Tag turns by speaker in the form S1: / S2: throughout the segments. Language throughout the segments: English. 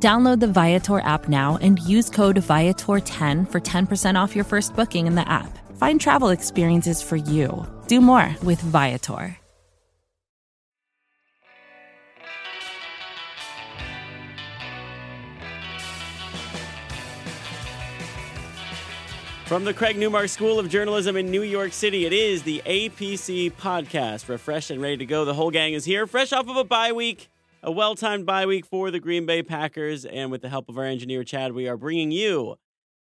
S1: Download the Viator app now and use code Viator10 for 10% off your first booking in the app. Find travel experiences for you. Do more with Viator.
S2: From the Craig Newmark School of Journalism in New York City, it is the APC podcast. Refreshed and ready to go. The whole gang is here, fresh off of a bye week, a well timed bye week for the Green Bay Packers. And with the help of our engineer, Chad, we are bringing you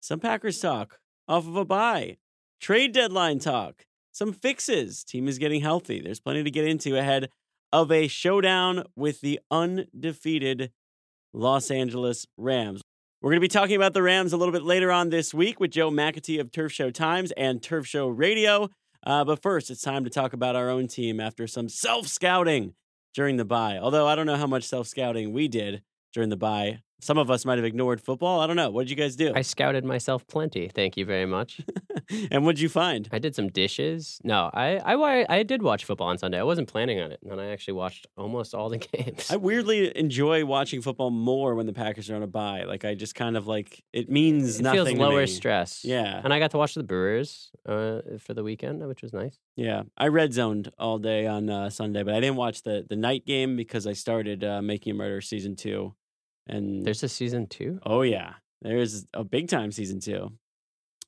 S2: some Packers talk off of a bye, trade deadline talk, some fixes. Team is getting healthy. There's plenty to get into ahead of a showdown with the undefeated Los Angeles Rams. We're going to be talking about the Rams a little bit later on this week with Joe McAtee of Turf Show Times and Turf Show Radio. Uh, but first, it's time to talk about our own team after some self scouting during the bye. Although I don't know how much self scouting we did during the bye. Some of us might have ignored football. I don't know. What did you guys do?
S3: I scouted myself plenty. Thank you very much.
S2: and what did you find?
S3: I did some dishes. No, I, I I did watch football on Sunday. I wasn't planning on it, and I actually watched almost all the games.
S2: I weirdly enjoy watching football more when the Packers are on a bye. Like I just kind of like it means
S3: it
S2: nothing.
S3: feels
S2: to
S3: lower
S2: me.
S3: stress.
S2: Yeah.
S3: and I got to watch the Brewers uh, for the weekend, which was nice.
S2: Yeah, I red zoned all day on uh, Sunday, but I didn't watch the the night game because I started uh, Making a Murder season two, and
S3: There's a season two.
S2: oh yeah, there's a big time season two.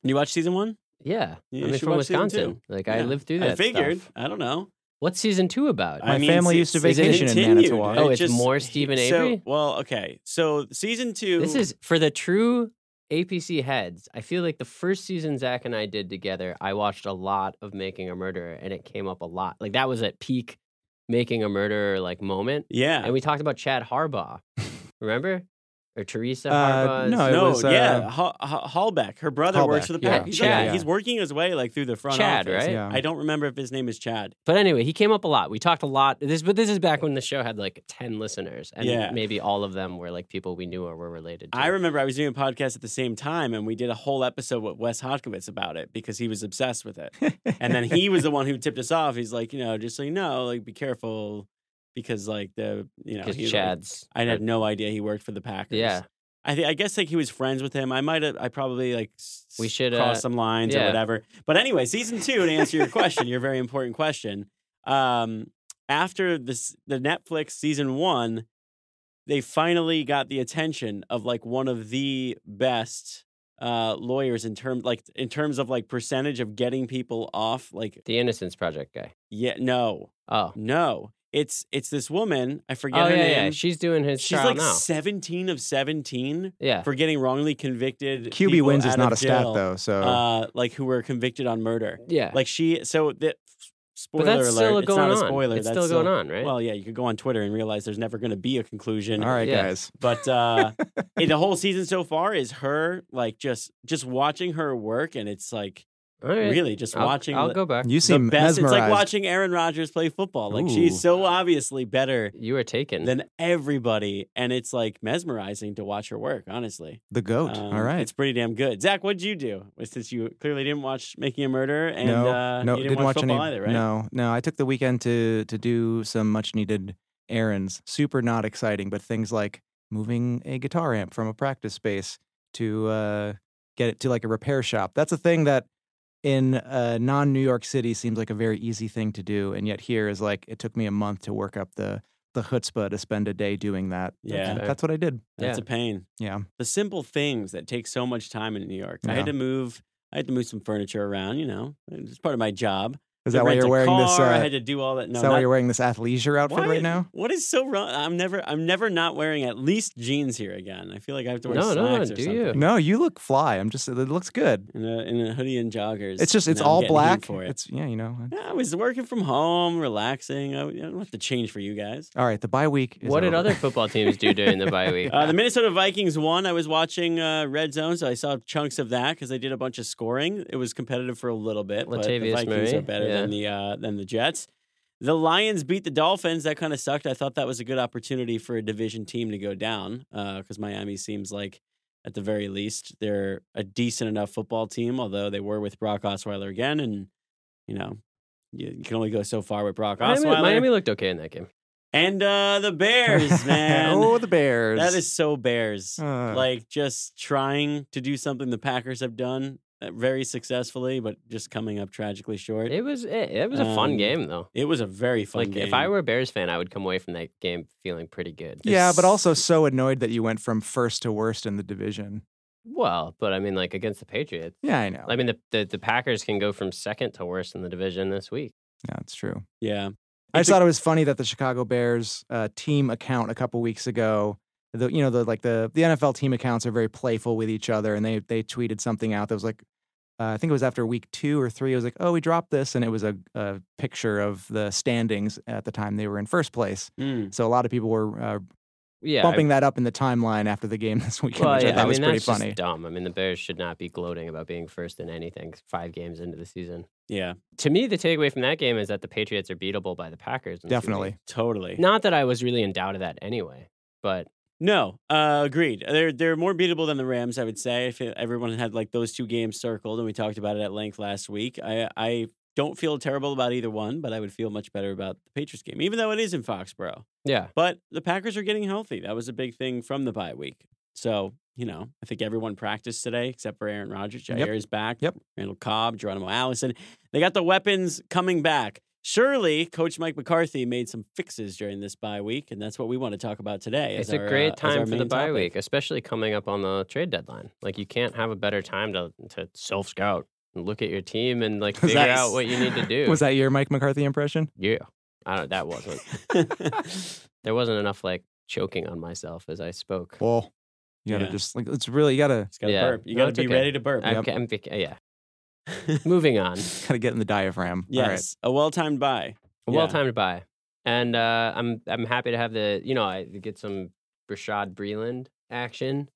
S2: You watch season one?
S3: Yeah,
S2: Yeah, you
S3: I mean
S2: should
S3: from
S2: watch season
S3: Wisconsin. Like I
S2: Yeah.
S3: lived through that.
S2: I figured.
S3: stuff.
S2: I don't know.
S3: What's season two about?
S2: I
S4: My
S2: mean,
S4: family
S2: se-
S4: used to
S2: season
S4: vacation in
S2: continued.
S4: Manitowoc.
S2: It
S3: Oh, it's more Stephen Avery?
S2: So, well, okay. So season two.
S3: This is for the true APC heads. I feel like the first season Zach and I did together, I watched a lot of Making a Murderer, and it came up a lot. Like that was at peak Making a Murderer like moment,
S2: yeah.
S3: and we talked about Chad Harbaugh, remember, or Teresa
S4: Uh,
S3: Harbaugh.
S4: no, it
S2: no,
S4: was,
S2: yeah,
S4: uh,
S2: Ha- Ha- Hallback. Her brother works
S4: Hallback,
S2: for the
S4: yeah.
S2: Packers. He's,
S3: Chad.
S2: okay. he's working his way like through the front
S3: Chad,
S2: office.
S3: right?
S4: Yeah.
S2: I don't remember if his name is Chad.
S3: But anyway, he came up a lot. We talked a lot. This, but this is back when the show had like ten listeners, and
S2: Yeah.
S3: maybe all of them were like people we knew or were related. to.
S2: I remember I was doing a podcast at the same time, and we did a whole episode with Wes Hodkowitz about it because he was obsessed with it. and then he was the one who tipped us off. He's like, you know, just so you know, like be careful because like the you know
S3: because
S2: he's like-
S3: Chad's.
S2: I had no idea he worked for the Packers.
S3: Yeah.
S2: I think I guess like he was friends with him. I might have I probably like s-
S3: We should,
S2: cross
S3: uh,
S2: some lines or
S3: yeah.
S2: whatever. But anyway, season two to answer your question, your very important question. Um, after this, the Netflix season one, they finally got the attention of like one of the best uh, lawyers in terms like in terms of like percentage of getting people off. Like
S3: the Innocence Project guy.
S2: yeah, no,
S3: Oh,
S2: no. It's it's this woman. I forget
S3: oh
S2: her
S3: yeah,
S2: name.
S3: yeah. She's doing his
S2: She's
S3: trial
S2: like
S3: now.
S2: 17 of 17
S3: Yeah.
S2: for getting wrongly convicted.
S4: QB
S2: people
S4: wins
S2: out
S4: is not
S2: of
S4: a stat
S2: jail,
S4: though, so
S2: Uh, like who were convicted on murder.
S3: Yeah.
S2: Like she. So that. Spoiler
S3: but that's
S2: alert.
S3: still
S2: it's
S3: going
S2: not
S3: on.
S2: a spoiler.
S3: It's
S2: that's
S3: still going on, right?
S2: Well, yeah, you could go on Twitter and realize there's never going to be a conclusion.
S4: all right,
S3: yeah.
S4: guys.
S2: But uh, it- the whole season so far is her like just just watching her work, and it's like
S3: All right.
S2: really just
S3: I'll,
S2: watching.
S3: I'll
S2: the-
S3: go back. You,
S4: You
S2: the
S4: seem
S2: best. It's like
S4: mesmerized.
S2: watching Aaron Rodgers play football. Like she's
S4: Ooh.
S2: so obviously better
S3: are
S4: Mm.
S3: taken.
S2: than everybody, and it's like mesmerizing to watch her work. Honestly,
S4: the goat.
S2: Um,
S4: all right.
S2: it's pretty damn good. Zach, what'd you do? Since you clearly didn't watch Making a Murderer, and
S4: no,
S2: uh,
S4: no,
S2: you didn't, watch, football either, right?
S4: No, no. I took the weekend to to do some much needed errands. Super not exciting, but things like moving a guitar amp from a practice space to uh, get it to like a repair shop. That's a thing that in uh, non New York City seems like a very easy thing to do, and yet here is like it took me a month to work up the the chutzpah to spend a day doing that.
S2: Yeah.
S4: And that's what I did.
S2: That's
S3: Yeah.
S2: a pain.
S4: Yeah.
S2: The simple things that take so much time in New York. I had to
S4: Yeah.
S2: move. I had to move some furniture around. You know, it's part of my job.
S4: Is that why you're wearing this?
S2: I
S4: Uh,
S2: had to do all that. No,
S4: is that why
S2: not-
S4: you're wearing this athleisure outfit
S2: Why-
S4: right now?
S2: What is so wrong? I'm never, I'm never not wearing at least jeans here again. I feel like I have to wear
S3: No, no,
S2: slacks or
S3: do
S2: something.
S3: you?
S4: No, you look fly. I'm just. It looks good.
S2: In a, in a hoodie and joggers.
S4: It's just.
S2: and
S4: It's
S2: I'm
S4: all
S2: getting heat
S4: black.
S2: For it.
S4: It's yeah. You know. uh,
S2: Yeah, I was working from home, relaxing. I, I don't have to change for you guys.
S4: All right. The bye week. Is
S3: What did
S4: over.
S3: other football teams do during the bye week?
S2: Uh, the Minnesota Vikings won. I was watching uh, Red Zone, so I saw chunks of that because they did a bunch of scoring. It was competitive for a little bit, but the
S3: Latavius
S2: Vikings
S3: Murray,
S2: are better than the uh, than the Jets. The Lions beat the Dolphins. That kind of sucked. I thought that was a good opportunity for a division team to go down because Miami seems like, at the very least, they're a decent enough football team. Although they were with Brock Osweiler again, and you know, you, you can only go so far with Brock
S3: Miami,
S2: Osweiler.
S3: Miami looked okay in that game.
S2: and uh, the Bears, man.
S4: oh, the Bears.
S2: That is so Bears.
S3: Uh-huh.
S4: Uh.
S2: like just trying to do something the Packers have done uh, very successfully, but just coming up tragically short. It,
S3: It was it, it was a fun
S2: Um,
S3: game though.
S2: was a very fun
S3: Like
S2: game.
S3: if I were a Bears fan, I would come away from that game feeling pretty good.
S4: Yeah, but also so annoyed that you went from first to worst in the division.
S3: Well, but I mean, like against the Patriots.
S4: Yeah, I know.
S3: I mean, the, the the Packers can go from second to worst in the division this week.
S4: yeah, it's true.
S2: yeah,
S4: I
S2: It's
S4: just
S2: a-
S4: thought it was funny that the Chicago Bears uh, team account a couple weeks ago, the you know the like the the NFL team accounts are very playful with each other, and they they tweeted something out that was like, uh, I think it was after week two or three. It was like, oh, we dropped this, and it was a, a picture of the standings at the time they were in first place.
S3: Hmm.
S2: Mm.
S4: So a lot of people were uh,
S3: Yeah, I-
S4: bumping that up in the timeline after the game this weekend,
S3: well,
S4: which I
S3: yeah,
S4: thought
S3: I
S4: was
S3: mean,
S4: pretty
S3: that's just
S4: funny.
S3: dumb. I mean, the Bears should not be gloating about being first in anything five games into the season.
S2: yeah,
S3: To me, the takeaway from that game is that the Patriots are beatable by the Packers. in two
S4: Definitely.
S3: weeks.
S2: totally.
S3: Not that I was really in doubt of that anyway, but
S2: No, uh, agreed. They're they're more beatable than the Rams, I would say. If everyone had like those two games circled, and we talked about it at length last week, I I don't feel terrible about either one, but I would feel much better about the Patriots game, even though it is in Foxborough.
S3: yeah,
S2: But the Packers are getting healthy. That was a big thing from the bye week. So, you know, I think everyone practiced today except for Aaron Rodgers. Jair
S4: Yep.
S2: is back.
S4: Yep.
S2: Randall Cobb, Geronimo Allison. They got the weapons coming back. Surely, Coach Mike McCarthy made some fixes during this bye week, and that's what we want to talk about today. as
S3: it's
S2: our,
S3: a
S2: uh,
S3: great
S2: as our
S3: time for the
S2: main
S3: bye
S2: topic.
S3: week, especially coming up on the trade deadline. Like, you can't have a better time to to self scout and look at your team and like
S4: Was
S3: figure
S4: that-
S3: out what you need to do.
S4: Was that your Mike McCarthy impression?
S3: Yeah, I don't. That wasn't. there wasn't enough like choking on myself as I spoke.
S4: Well, you gotta
S2: Yeah.
S4: just like it's really you gotta
S2: Just gotta
S3: Yeah.
S2: burp. You
S3: No,
S2: got to
S3: it's
S2: be
S3: okay.
S2: ready to burp.
S3: I'm, I'm, yeah. Moving on.
S4: gotta get in the diaphragm. All right.
S2: yes, a well-timed bye. Yeah.
S3: Well timed buy, and uh, I'm I'm happy to have the you know I get some Brashad Breland action.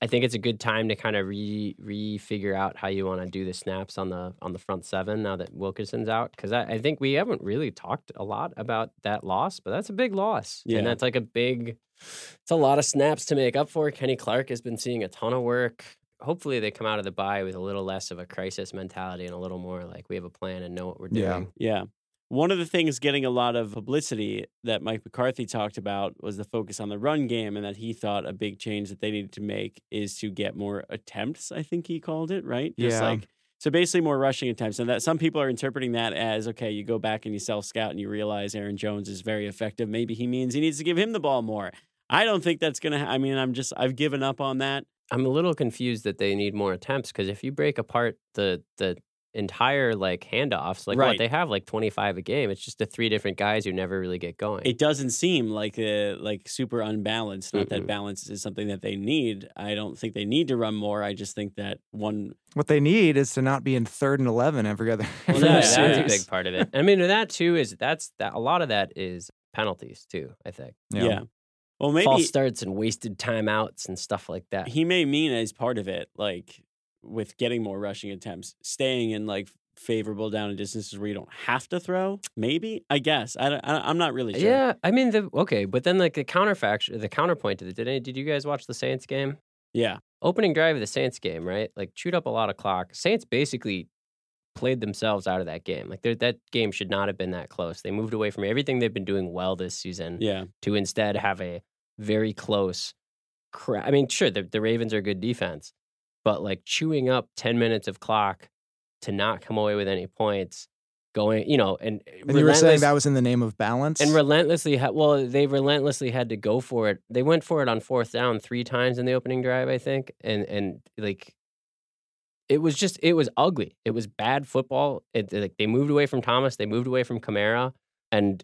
S3: I think it's a good time to kind of re re figure out how you want to do the snaps on the on the front seven now that Wilkinson's out because I, I think we haven't really talked a lot about that loss, but that's a big loss.
S2: Yeah.
S3: and that's like a big. It's a lot of snaps to make up for. Kenny Clark has been seeing a ton of work. Hopefully, they come out of the bye with a little less of a crisis mentality and a little more like we have a plan and know what we're doing.
S4: Yeah.
S2: Yeah. One of the things getting a lot of publicity that Mike McCarthy talked about was the focus on the run game, and that he thought a big change that they needed to make is to get more attempts. I think he called it right. Just
S4: Yeah.
S2: like so, basically more rushing attempts, and that some people are interpreting that as okay, you go back and you self scout and you realize Aaron Jones is very effective. Maybe he means he needs to give him the ball more. I don't think that's gonna. Ha- I mean, I'm just I've given up on that.
S3: I'm a little confused that they need more attempts because if you break apart the the entire like handoffs, like
S2: Right.
S3: what they have like 25 a game, it's just the three different guys who never really get going.
S2: it doesn't seem like uh like super unbalanced. Not that
S3: Mm-mm.
S2: balance is something that they need. I don't think they need to run more. I just think that one.
S4: What they need is to not be in third and eleven every other.
S2: Well,
S4: every
S3: yeah,
S2: no,
S4: other
S3: that's a
S4: series.
S3: big part of it. I mean, that too is that's that a lot of that is penalties too. I think
S2: Yeah. Well, maybe
S3: false starts and wasted timeouts and stuff like that.
S2: he may mean as part of it, like with getting more rushing attempts, staying in like favorable down and distances where you don't have to throw. Maybe I guess I don't, I, am not really sure.
S3: Yeah, I mean the okay, but then like the counterfactual, the counterpoint to the did any, did you guys watch the Saints game?
S2: Yeah.
S3: opening drive of the Saints game, right? Like chewed up a lot of clock. Saints basically played themselves out of that game. Like they're- that game should not have been that close. They moved away from everything they've been doing well this season
S2: Yeah.
S3: to instead have a very close. Cra- I mean, sure, the, the Ravens are a good defense, but like chewing up ten minutes of clock to not come away with any points, going, you know, and
S4: And you were saying
S3: relentless-
S4: that was in the name of balance.
S3: and relentlessly, ha- well, they relentlessly had to go for it. They went for it on fourth down three times in the opening drive, I think, and and like it was just it was ugly. It was bad football. It, they- like they moved away from Thomas, they moved away from Kamara, and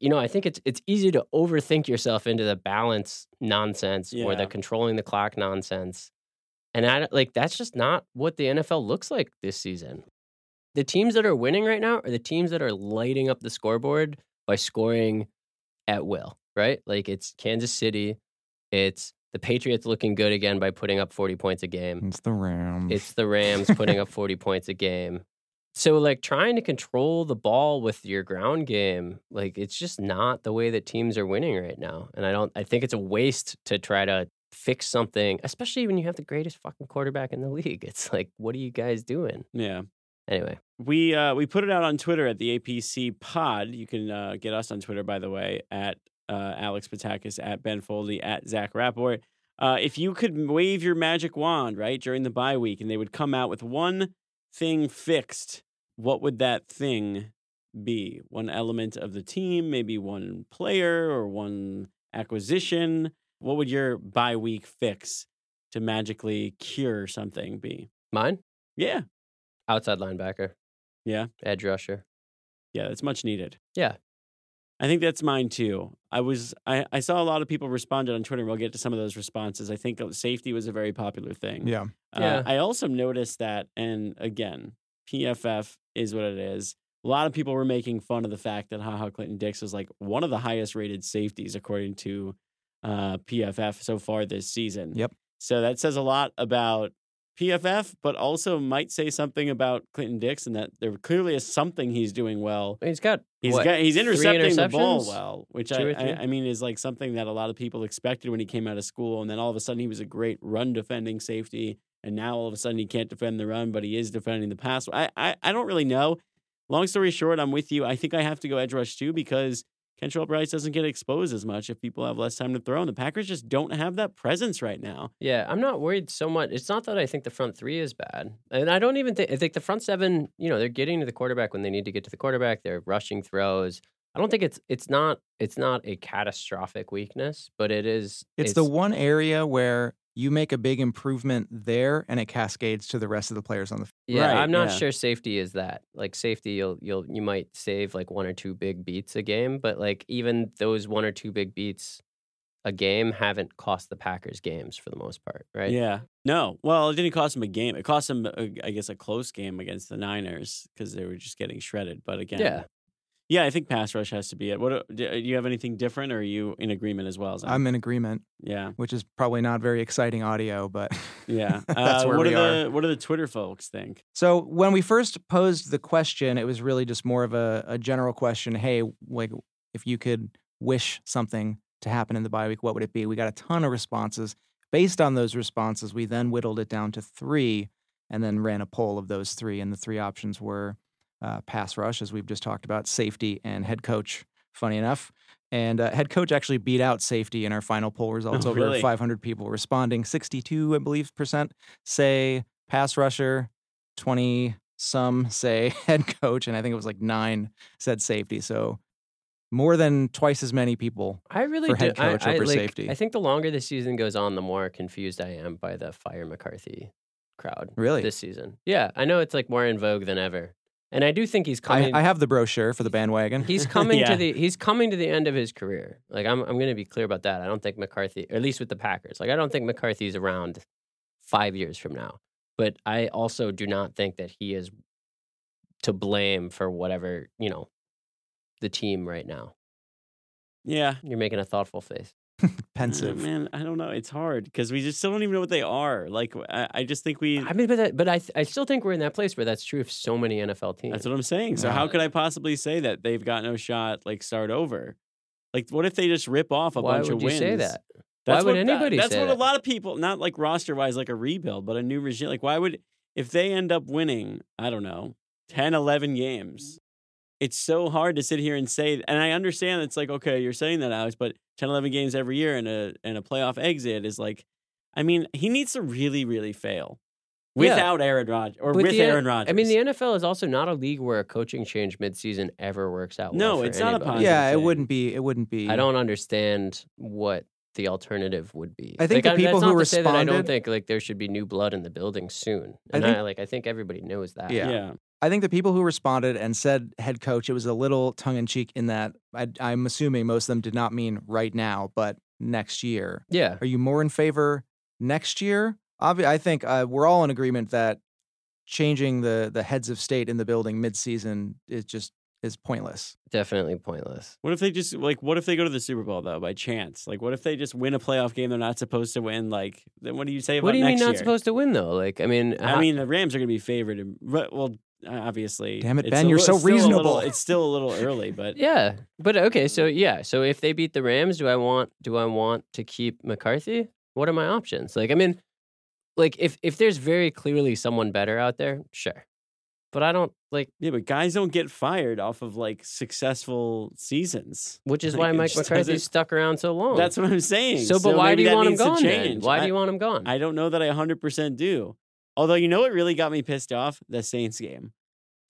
S3: you know I think it's it's easy to overthink yourself into the balance nonsense or
S2: Yeah.
S3: the controlling the clock nonsense, and I don't- like that's just not what the NFL looks like this season. The teams that are winning right now are the teams that are lighting up the scoreboard by scoring at will, right? Like it's Kansas City, it's the Patriots looking good again by putting up 40 points a game.
S4: It's the Rams.
S3: It's the Rams putting up 40 points a game. So like trying to control the ball with your ground game, like it's just not the way that teams are winning right now. And I don't I think it's a waste to try to fix something, especially when you have the greatest fucking quarterback in the league. It's like what are you guys doing?
S2: Yeah.
S3: Anyway,
S2: We uh, we put it out on Twitter at the APC Pod. You can uh, get us on Twitter, by the way, at uh, Alex Patakis, at Ben Foldy, at Zach Rapport. Uh, if you could wave your magic wand right during the bye week, and they would come out with one thing fixed, what would that thing be? One element of the team, maybe one player or one acquisition. What would your bye week fix to magically cure something be?
S3: mine
S2: Yeah,
S3: outside linebacker.
S2: Yeah.
S3: Edge rusher.
S2: yeah, that's much needed.
S3: Yeah.
S2: I think that's mine too. I was I, I saw a lot of people responded on Twitter. We'll get to some of those responses. I think uh, safety was a very popular thing.
S4: yeah.
S2: Uh,
S3: Yeah.
S2: I also noticed that, and again, PFF is what it is. A lot of people were making fun of the fact that HaHa Clinton Dix was like one of the highest rated safeties according to uh, PFF so far this season.
S4: Yep.
S2: So that says a lot about PFF, but also might say something about Clinton Dix and that there clearly is something he's doing well.
S3: He's got
S2: He's
S3: what,
S2: got, he's
S3: three
S2: intercepting the ball
S3: interceptions?
S2: well, which
S3: Two
S2: I,
S3: or three?
S2: I I mean is like something that a lot of people expected when he came out of school, and then all of a sudden he was a great run defending safety, and now all of a sudden he can't defend the run, but he is defending the pass. I I, I don't really know. Long story short, I'm with you. I think I have to go edge rush too because Kentrell Bryce doesn't get exposed as much if people have less time to throw, and the Packers just don't have that presence right now.
S3: Yeah, I'm not worried so much. It's not that I think the front three is bad, and I don't even think I think the front seven. You know, they're getting to the quarterback when they need to get to the quarterback. They're rushing throws. I don't think it's it's not it's not a catastrophic weakness, but it is.
S4: It's, the one area where you make a big improvement there and it cascades to the rest of the players on the field.
S3: yeah.
S2: Right,
S3: I'm not
S2: yeah.
S3: sure safety is that. Like safety, you'll you'll you might save like one or two big beats a game, but like even those one or two big beats a game haven't cost the Packers games for the most part, right?
S2: Yeah. No. Well, it didn't cost him a game. It cost him, uh, I guess, a close game against the Niners because they were just getting shredded. But again,
S3: Yeah.
S2: yeah, I think pass rush has to be it. What do do you have anything different, or are you in agreement as well? Zach?
S4: I'm in agreement,
S2: yeah,
S4: which is probably not very exciting audio, but
S2: yeah. Uh,
S4: that's where
S2: what
S4: we
S2: do
S4: are.
S2: the What do the Twitter folks think?
S4: So when we first posed the question, it was really just more of a, a general question. Hey, like if you could wish something to happen in the bye week, what would it be? We got a ton of responses. Based on those responses, we then whittled it down to three and then ran a poll of those three. And the three options were uh, pass rush, as we've just talked about, safety, and head coach, funny enough. And uh, head coach actually beat out safety in our final poll results.
S2: Oh,
S4: Over
S2: really?
S4: 500 people responding. 62, I believe, percent say pass rusher. 20 some say head coach and i think it was like 9 said safety so more than twice as many people
S3: I really
S4: for
S3: do.
S4: head coach
S3: I, I,
S4: over
S3: like,
S4: safety.
S3: I think the longer the season goes on, the more confused I am by the fire McCarthy crowd
S4: really
S3: this season. Yeah, I know it's like more in vogue than ever, and I do think he's
S4: I,
S3: coming.
S4: I have the brochure for the bandwagon
S3: he's coming
S2: Yeah.
S3: to the he's coming to the end of his career. Like I'm I'm going to be clear about that. I don't think McCarthy, or at least with the Packers, like I don't think McCarthy's around five years from now. But I also do not think that he is to blame for whatever you know the team right now.
S2: Yeah,
S3: You're making a thoughtful face.
S2: Uh,
S4: pensive
S2: man, I don't know. It's hard because we just still don't even know what they are. Like, I, I just think we.
S3: I mean, but that, but I th- I still think we're in that place where that's true of so many NFL teams.
S2: That's what I'm saying. So
S4: Yeah.
S2: how could I possibly say that they've got no shot? Like, start over. Like, what if they just rip off a
S3: Why
S2: bunch
S3: would
S2: of
S3: you
S2: wins?
S3: say that?
S2: That's
S3: Why would
S2: what,
S3: anybody
S2: That's
S3: say
S2: what a
S3: that?
S2: lot of people, not like roster wise, like a rebuild, but a new regime. Like, why would if they end up winning? I don't know, 10, 11 games. It's so hard to sit here and say, and I understand it's like okay, you're saying that, Alex, but 10, 11 games every year and a and a playoff exit is like, I mean, he needs to really, really fail
S3: Yeah.
S2: without Aaron Rodgers or
S3: But
S2: with
S3: the-
S2: Aaron Rodgers.
S3: I mean, the NFL is also not a league where a coaching change midseason ever works out. well
S2: No,
S3: for
S2: it's not a
S3: anybody.
S2: positive
S4: yeah it
S2: thing.
S4: wouldn't be it wouldn't be
S3: I don't understand what the alternative would be.
S4: I think the
S3: Like,
S4: people
S3: that's
S4: who
S3: not to say that I don't
S4: responded-
S3: think like there should be new blood in the building soon.
S4: I
S3: And I
S4: think-
S3: like I think everybody knows that.
S4: Yeah. I think the people who responded and said head coach, it was a little tongue in cheek in that I, I'm assuming most of them did not mean right now, but next year.
S3: Yeah.
S4: Are you more in favor next year? Obvi- I think uh, we're all in agreement that changing the the heads of state in the building midseason is just is pointless.
S3: Definitely pointless.
S2: What if they just like? What if they go to the Super Bowl though by chance? Like, what if they just win a playoff game they're not supposed to win? Like, then what do you say about
S3: What do you mean
S2: next
S3: not
S2: year?
S3: supposed to win though? Like I mean
S2: I mean, the Rams are going to be favored. in- but- Well, obviously.
S4: Damn it,
S2: it's
S4: Ben,
S2: a
S4: you're
S2: li-
S4: so
S2: it's still a little-
S4: reasonable.
S2: it's still a little early, but
S3: Yeah. But okay, so yeah. So if they beat the Rams, do I want do I want to keep McCarthy? What are my options? Like I mean, like if if there's very clearly someone better out there, sure. But I don't like
S2: yeah, but guys don't get fired off of like successful seasons.
S3: which is
S2: Like,
S3: why
S2: it
S3: Mike
S2: just
S3: McCarthy
S2: doesn't-
S3: stuck around so long.
S2: That's what I'm saying.
S3: Oh. so, but why
S2: maybe
S3: do you
S2: that
S3: want him
S2: needs to
S3: gone? Then?
S2: change.
S3: Why
S2: I-
S3: do you want him gone?
S2: I don't know that I 100% do. Although, you know what really got me pissed off? The Saints game.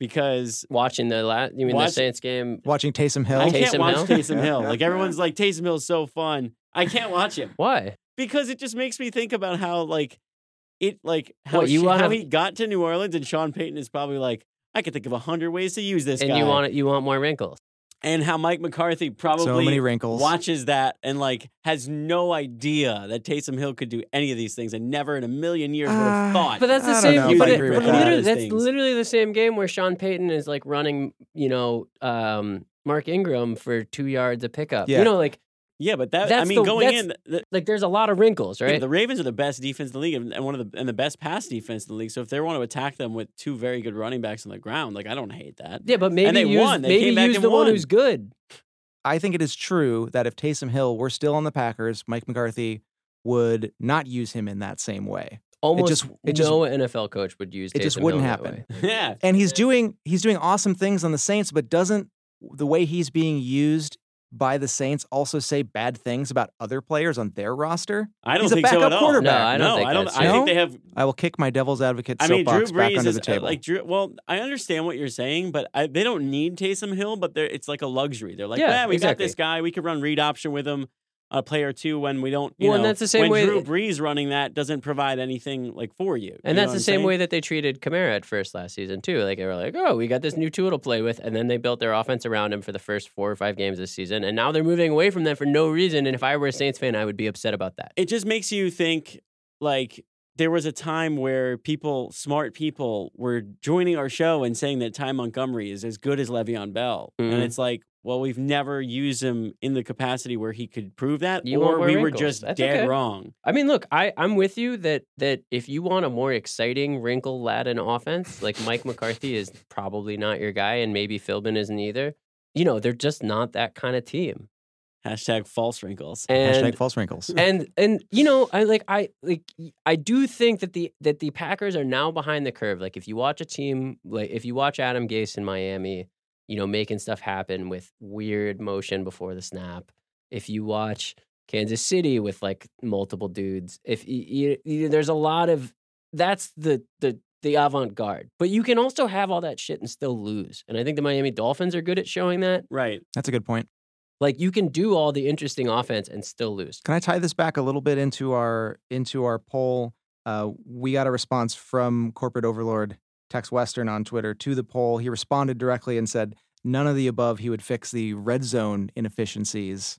S2: Because
S3: Watching the last, you mean the
S2: Watch-
S3: Saints game?
S4: Watching Taysom Hill.
S2: I
S3: Taysom
S2: can't watch
S3: Hill?
S2: Taysom Hill. Like, everyone's like, Taysom Hill's so fun. I can't watch him
S3: Why?
S2: because it just makes me think about how, like, it, like, how,
S3: What, you
S2: sh-
S3: wanna-
S2: how he got to New Orleans and Sean Payton is probably like, I could think of a hundred ways to use this
S3: And
S2: guy.
S3: you want it? You want more wrinkles?
S2: and how Mike McCarthy probably
S4: so many wrinkles.
S2: watches that and like has no idea that Taysom Hill could do any of these things and never in a million years would have
S4: Ah,
S2: thought.
S3: But that's the
S4: I don't
S3: same.
S4: know if
S3: but
S4: I
S3: it-
S4: agree
S3: but
S4: with that.
S3: literally,
S2: Those
S3: that's
S2: things.
S3: literally the same game where Sean Payton is like running, you know, um, Mark Ingram for two yards a pickup.
S4: Yeah.
S3: You know, like
S2: Yeah, but that I
S3: That's
S2: mean,
S3: the-
S2: going
S3: that's-
S2: in, the,
S3: like there's a lot of wrinkles,
S2: yeah,
S3: right?
S2: the Ravens are the best defense in the league and and one of the and the best pass defense in the league. So if they want to attack them with two very good running backs on the ground, like I don't hate that.
S3: yeah, but maybe
S2: they
S3: use,
S2: won. They
S3: maybe
S2: came back
S3: use
S2: and
S3: the one
S2: won.
S3: who's good.
S4: I think it is true that if Taysom Hill were still on the Packers, Mike McCarthy would not use him in that same way.
S3: Almost
S4: just- it just-
S3: no NFL coach would use.
S4: it just
S3: Taysom
S4: wouldn't
S3: Hill that
S4: happen.
S3: way.
S2: Yeah.
S4: And he's doing he's doing awesome things on the Saints, but doesn't the way he's being used by the Saints also say bad things about other players on their roster?
S2: I don't
S4: He's a
S2: think so
S4: backup
S2: at all.
S4: quarterback.
S3: No, I don't think
S2: I don't.
S3: that's
S2: I
S4: true.
S2: think they have
S4: I will kick my devil's advocate
S2: I mean, Drew
S4: soapbox back
S2: Brees
S4: under
S2: is
S4: the
S2: uh,
S4: table.
S2: like Drew. Well, I understand what you're saying, but I, they don't need Taysom Hill. But they're, it's like a luxury. They're like,
S3: Yeah,
S2: yeah, we
S3: exactly.
S2: got this guy. We could run read option with him, a play or two when we don't. You
S3: Well,
S2: know,
S3: and that's the same
S2: when
S3: way-
S2: Drew Brees running that doesn't provide anything like for you. You
S3: And
S2: know
S3: that's
S2: what
S3: the
S2: I'm
S3: same
S2: saying?
S3: way that they treated Kamara at first last season too. Like they were like, "Oh, we got this new tool to play with," and then they built their offense around him for the first four or five games this season, and now they're moving away from that for no reason. And if I were a Saints fan, I would be upset about that.
S2: it just makes you think like there was a time where people, smart people, were joining our show and saying that Ty Montgomery is as good as Le'Veon Bell, and
S3: Mhm.
S2: it's like. Well, we've never used him in the capacity where he could prove that,
S3: You want
S2: or
S3: more
S2: we were
S3: wrinkles.
S2: just
S3: That's
S2: dead
S3: okay.
S2: wrong.
S3: I mean, look, I I'm with you that that if you want a more exciting wrinkle laden offense, like Mike McCarthy is probably not your guy, and maybe Philbin isn't either. You know, they're just not that kind of team.
S2: Hashtag false wrinkles.
S3: And
S4: Hashtag false wrinkles.
S3: and and you know i like i like y- i do think that the that the packers are now behind the curve like if you watch a team like if you watch adam gase in miami you know making stuff happen with weird motion before the snap if you watch kansas city with like multiple dudes if you, you, there's a lot of that's the the the avant-garde but you can also have all that shit and still lose and i think the miami dolphins are good at showing that
S2: Right.
S4: That's a good point.
S3: like you can do all the interesting offense and still lose
S4: Can I tie this back a little bit into our into our poll? Uh, we got a response from corporate overlord Tex Western on Twitter to the poll. He responded directly and said, "None of the above." He would fix the red zone inefficiencies,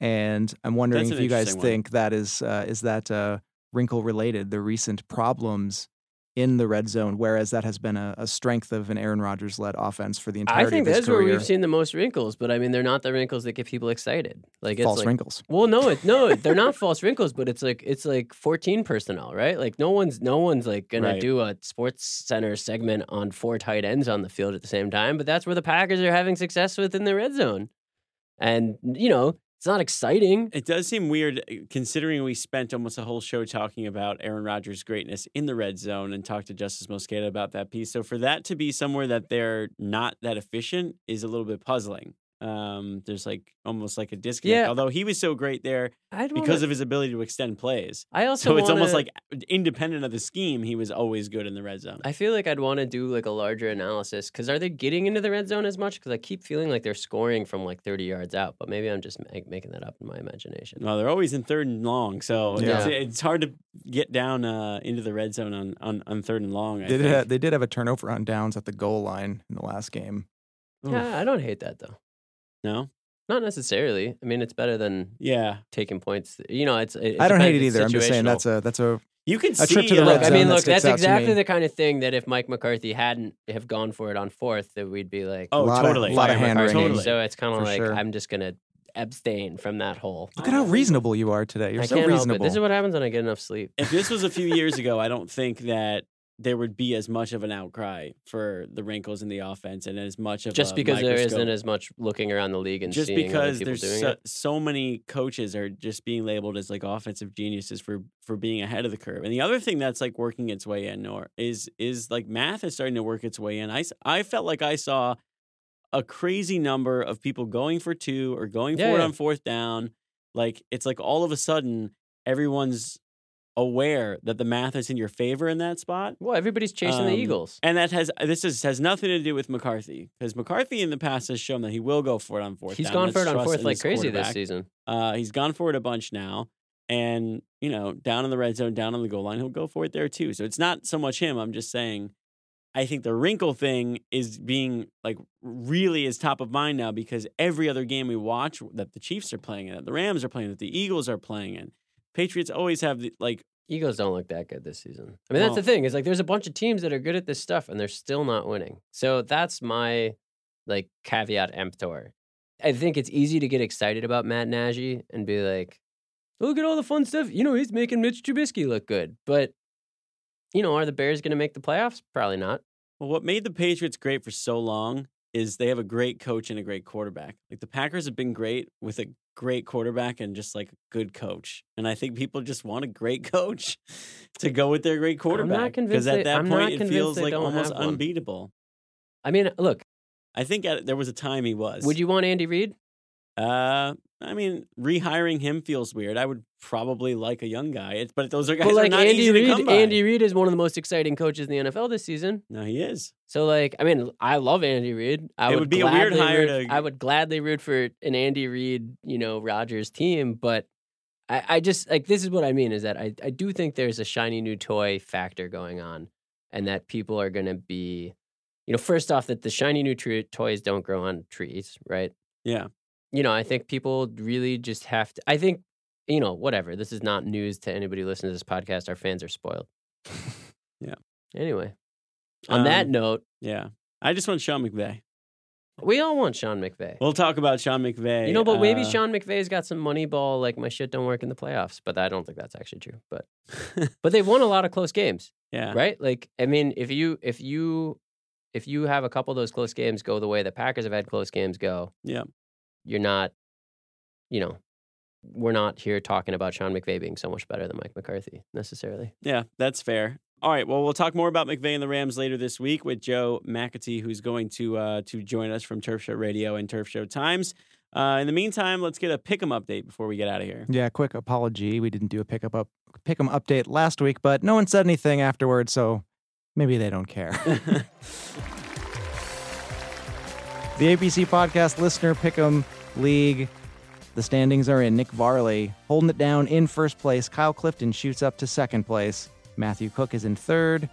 S4: and I'm wondering
S2: That's
S4: if
S2: an
S4: you guys
S2: interesting one.
S4: think that is uh, is that uh, wrinkle related? The recent problems in the red zone, whereas that has been a, a strength of an Aaron Rodgers led offense for the entirety
S3: I think
S4: of his
S3: that's
S4: career.
S3: where we've seen the most wrinkles, but I mean, they're not the wrinkles that get people excited. Like it's
S4: false
S3: like,
S4: wrinkles.
S3: Well, no, it, no, they're not false wrinkles, but it's like it's like fourteen personnel, right? Like no one's no one's like gonna
S2: Right.
S3: do a sports center segment on four tight ends on the field at the same time. But that's where the Packers are having success with in the red zone, and you know it's not exciting.
S2: It does seem weird uh, considering we spent almost a whole show talking about Aaron Rodgers' greatness in the red zone and talked to Justice Mosqueda about that piece. So for that to be somewhere that they're not that efficient is a little bit puzzling. Um, there's like almost like a disconnect.
S3: Yeah.
S2: Although he was so great there
S3: I don't
S2: because of his ability to extend plays.
S3: I also
S2: So it's almost
S3: wanna-
S2: like independent of the scheme, he was always good in the red zone.
S3: I feel like I'd want to do like a larger analysis because are they getting into the red zone as much? Because I keep feeling like they're scoring from like 30 yards out, but maybe I'm just ma- making that up in my imagination.
S2: No, they're always in third and long, so it's, it's hard to get down uh, into the red zone on, on, on third and long. I
S4: They did,
S2: think.
S4: have, they did have a turnover on downs at the goal line in the last game. Oh.
S2: Oof.
S3: Yeah, I don't hate that though.
S2: No,
S3: Not necessarily. I mean, it's better than
S2: yeah,
S3: taking points. You know, it's. It,
S4: I don't hate it
S3: depends. It's
S4: either. I'm just saying
S3: situational.
S4: that's a that's a
S2: you can
S4: A
S2: see.
S4: trip to the
S2: uh,
S4: red
S3: Look, I
S4: zone
S3: mean,
S4: that
S3: look,
S4: sticks
S3: that's
S4: out to
S3: exactly
S4: me.
S3: the kind of thing that if Mike McCarthy hadn't have gone for it on fourth, that we'd be like,
S2: Oh,
S4: lot
S2: totally.
S4: of, lot of
S3: Mike
S4: hand
S3: McCarthy.
S4: wringing.
S2: Totally.
S3: So it's kind of
S4: For
S3: like
S4: sure.
S3: I'm just gonna abstain from that whole.
S4: Look at how reasonable you are today. You're
S3: I
S4: so
S3: can't help it.
S4: reasonable.
S3: This is what happens when I get enough sleep.
S2: if this was a few years ago, I don't think that there would be as much of an outcry for the wrinkles in the offense and as much of
S3: just
S2: a
S3: because there
S2: microscope.
S3: isn't as much looking around the league and
S2: just
S3: seeing
S2: because
S3: other people
S2: there's
S3: doing
S2: so,
S3: it.
S2: so many coaches are just being labeled as like offensive geniuses for for being ahead of the curve. And the other thing that's like working its way in or is is like math is starting to work its way in. I s- I felt like I saw a crazy number of people going for two or going
S3: Yeah,
S2: for it
S3: yeah.
S2: on fourth down. Like it's like all of a sudden everyone's aware that the math is in your favor in that spot.
S3: Well, everybody's chasing the
S2: Um,
S3: Eagles.
S2: And that has this is, has nothing to do with McCarthy because McCarthy in the past has shown that he will go for it on fourth.
S3: He's
S2: down.
S3: gone
S2: Let's
S3: for it on
S2: trust
S3: fourth
S2: in
S3: like crazy this
S2: quarterback.
S3: season.
S2: Uh, he's gone for it a bunch now, and you know, down in the red zone, down on the goal line, he'll go for it there too. So it's not so much him. I'm just saying, I think the wrinkle thing is being like really is top of mind now because every other game we watch that the Chiefs are playing in, that the Rams are playing, that the Eagles are playing in, Patriots always have the like.
S3: Eagles don't look that good this season. I mean, that's
S2: Well-
S3: the thing. Is like there's a bunch of teams that are good at this stuff and they're still not winning. So that's my like caveat emptor. I think it's easy to get excited about Matt Nagy and be like, look at all the fun stuff. You know, he's making Mitch Trubisky look good. But you know, are the Bears going to make the playoffs? Probably not.
S2: Well, what made the Patriots great for so long is they have a great coach and a great quarterback. Like the Packers have been great with a great quarterback and just like a good coach. And I think people just want a great coach to go with their great quarterback.
S3: convinced
S2: at
S3: they-
S2: that
S3: I'm not
S2: point it
S3: convinced
S2: feels
S3: they
S2: like
S3: don't
S2: almost
S3: have one.
S2: unbeatable.
S3: I mean, look,
S2: I think at, there was a time he was.
S3: would you want Andy Reid?
S2: Uh, I mean, rehiring him feels weird. I would probably like a young guy, It's but those are guys
S3: But like
S2: are not
S3: Andy
S2: easy to come
S3: Reid,
S2: by.
S3: Andy Reid is one of the most exciting coaches in the NFL this season.
S2: no, he is.
S3: So like, I mean, I love Andy Reid. I
S2: It would be a weird
S3: gladly
S2: hire
S3: root-
S2: to-
S3: I would gladly root for an Andy Reid, you know, Rogers team, but I, I just like this is what I mean is that I, I do think there's a shiny new toy factor going on, and that people are gonna be, you know, first off that the shiny new tre- toys don't grow on trees, right?
S2: Yeah.
S3: you know, I think people really just have to. I think, you know, whatever. This is not news to anybody listening to this podcast. Our fans are spoiled.
S2: Yeah.
S3: Anyway, on that
S2: Um,
S3: note,
S2: Yeah. I just want Sean McVay.
S3: we all want Sean McVay.
S2: We'll talk about Sean McVay.
S3: you know, but maybe
S2: uh,
S3: Sean McVay's got some money ball. Like my shit don't work in the playoffs, but I don't think that's actually true. But but they won a lot of close games,
S2: yeah.
S3: right? Like I mean, if you if you if you have a couple of those close games go the way the Packers have had close games go,
S2: Yeah.
S3: you're not, you know, we're not here talking about Sean McVay being so much better than Mike McCarthy necessarily.
S2: Yeah, that's fair. All right. Well, we'll talk more about McVay and the Rams later this week with Joe McAtee, who's going to uh, to join us from Turf Show Radio and Turf Show Times. Uh, in the meantime, let's get a pick'em update before we get out of here.
S4: Yeah, quick apology. We didn't do a pickup up pick'em update last week, but no one said anything afterwards, so maybe they don't care. the APC podcast listener pick'em league. The standings are in. Nick Varley holding it down in first place. Kyle Clifton shoots up to second place. Matthew Cook is in third.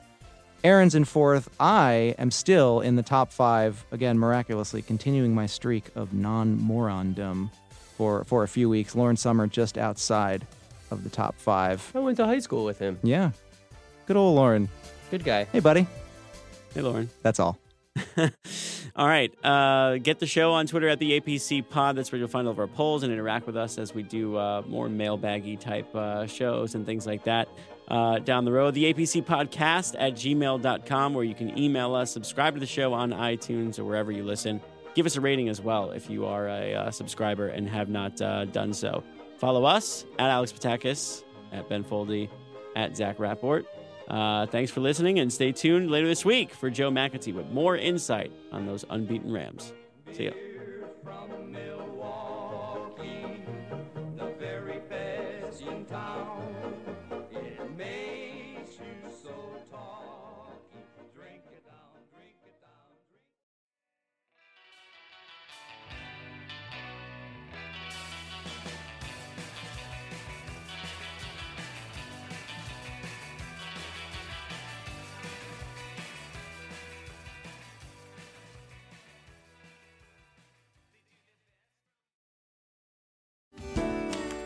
S4: Aaron's in fourth. I am still in the top five again, miraculously continuing my streak of non-morondom for for a few weeks. Lauren Summer just outside of the top five.
S3: I went to high school with him.
S4: Yeah, good old Lauren.
S3: Good guy.
S4: Hey, buddy.
S2: Hey, Lauren.
S4: That's all.
S2: All right. Uh, get the show on Twitter at the APC Pod. That's where you'll find all of our polls and interact with us as we do uh, more mailbaggy type uh, shows and things like that uh, down the road. The APC Podcast at gmail.com, where you can email us, subscribe to the show on iTunes or wherever you listen. Give us a rating as well if you are a uh, subscriber and have not uh, done so. Follow us at Alex Patakis, at Ben Foldy, at Zach Rapport. Uh, thanks for listening and stay tuned later this week for Joe McAtee with more insight on those unbeaten Rams. See ya.
S5: From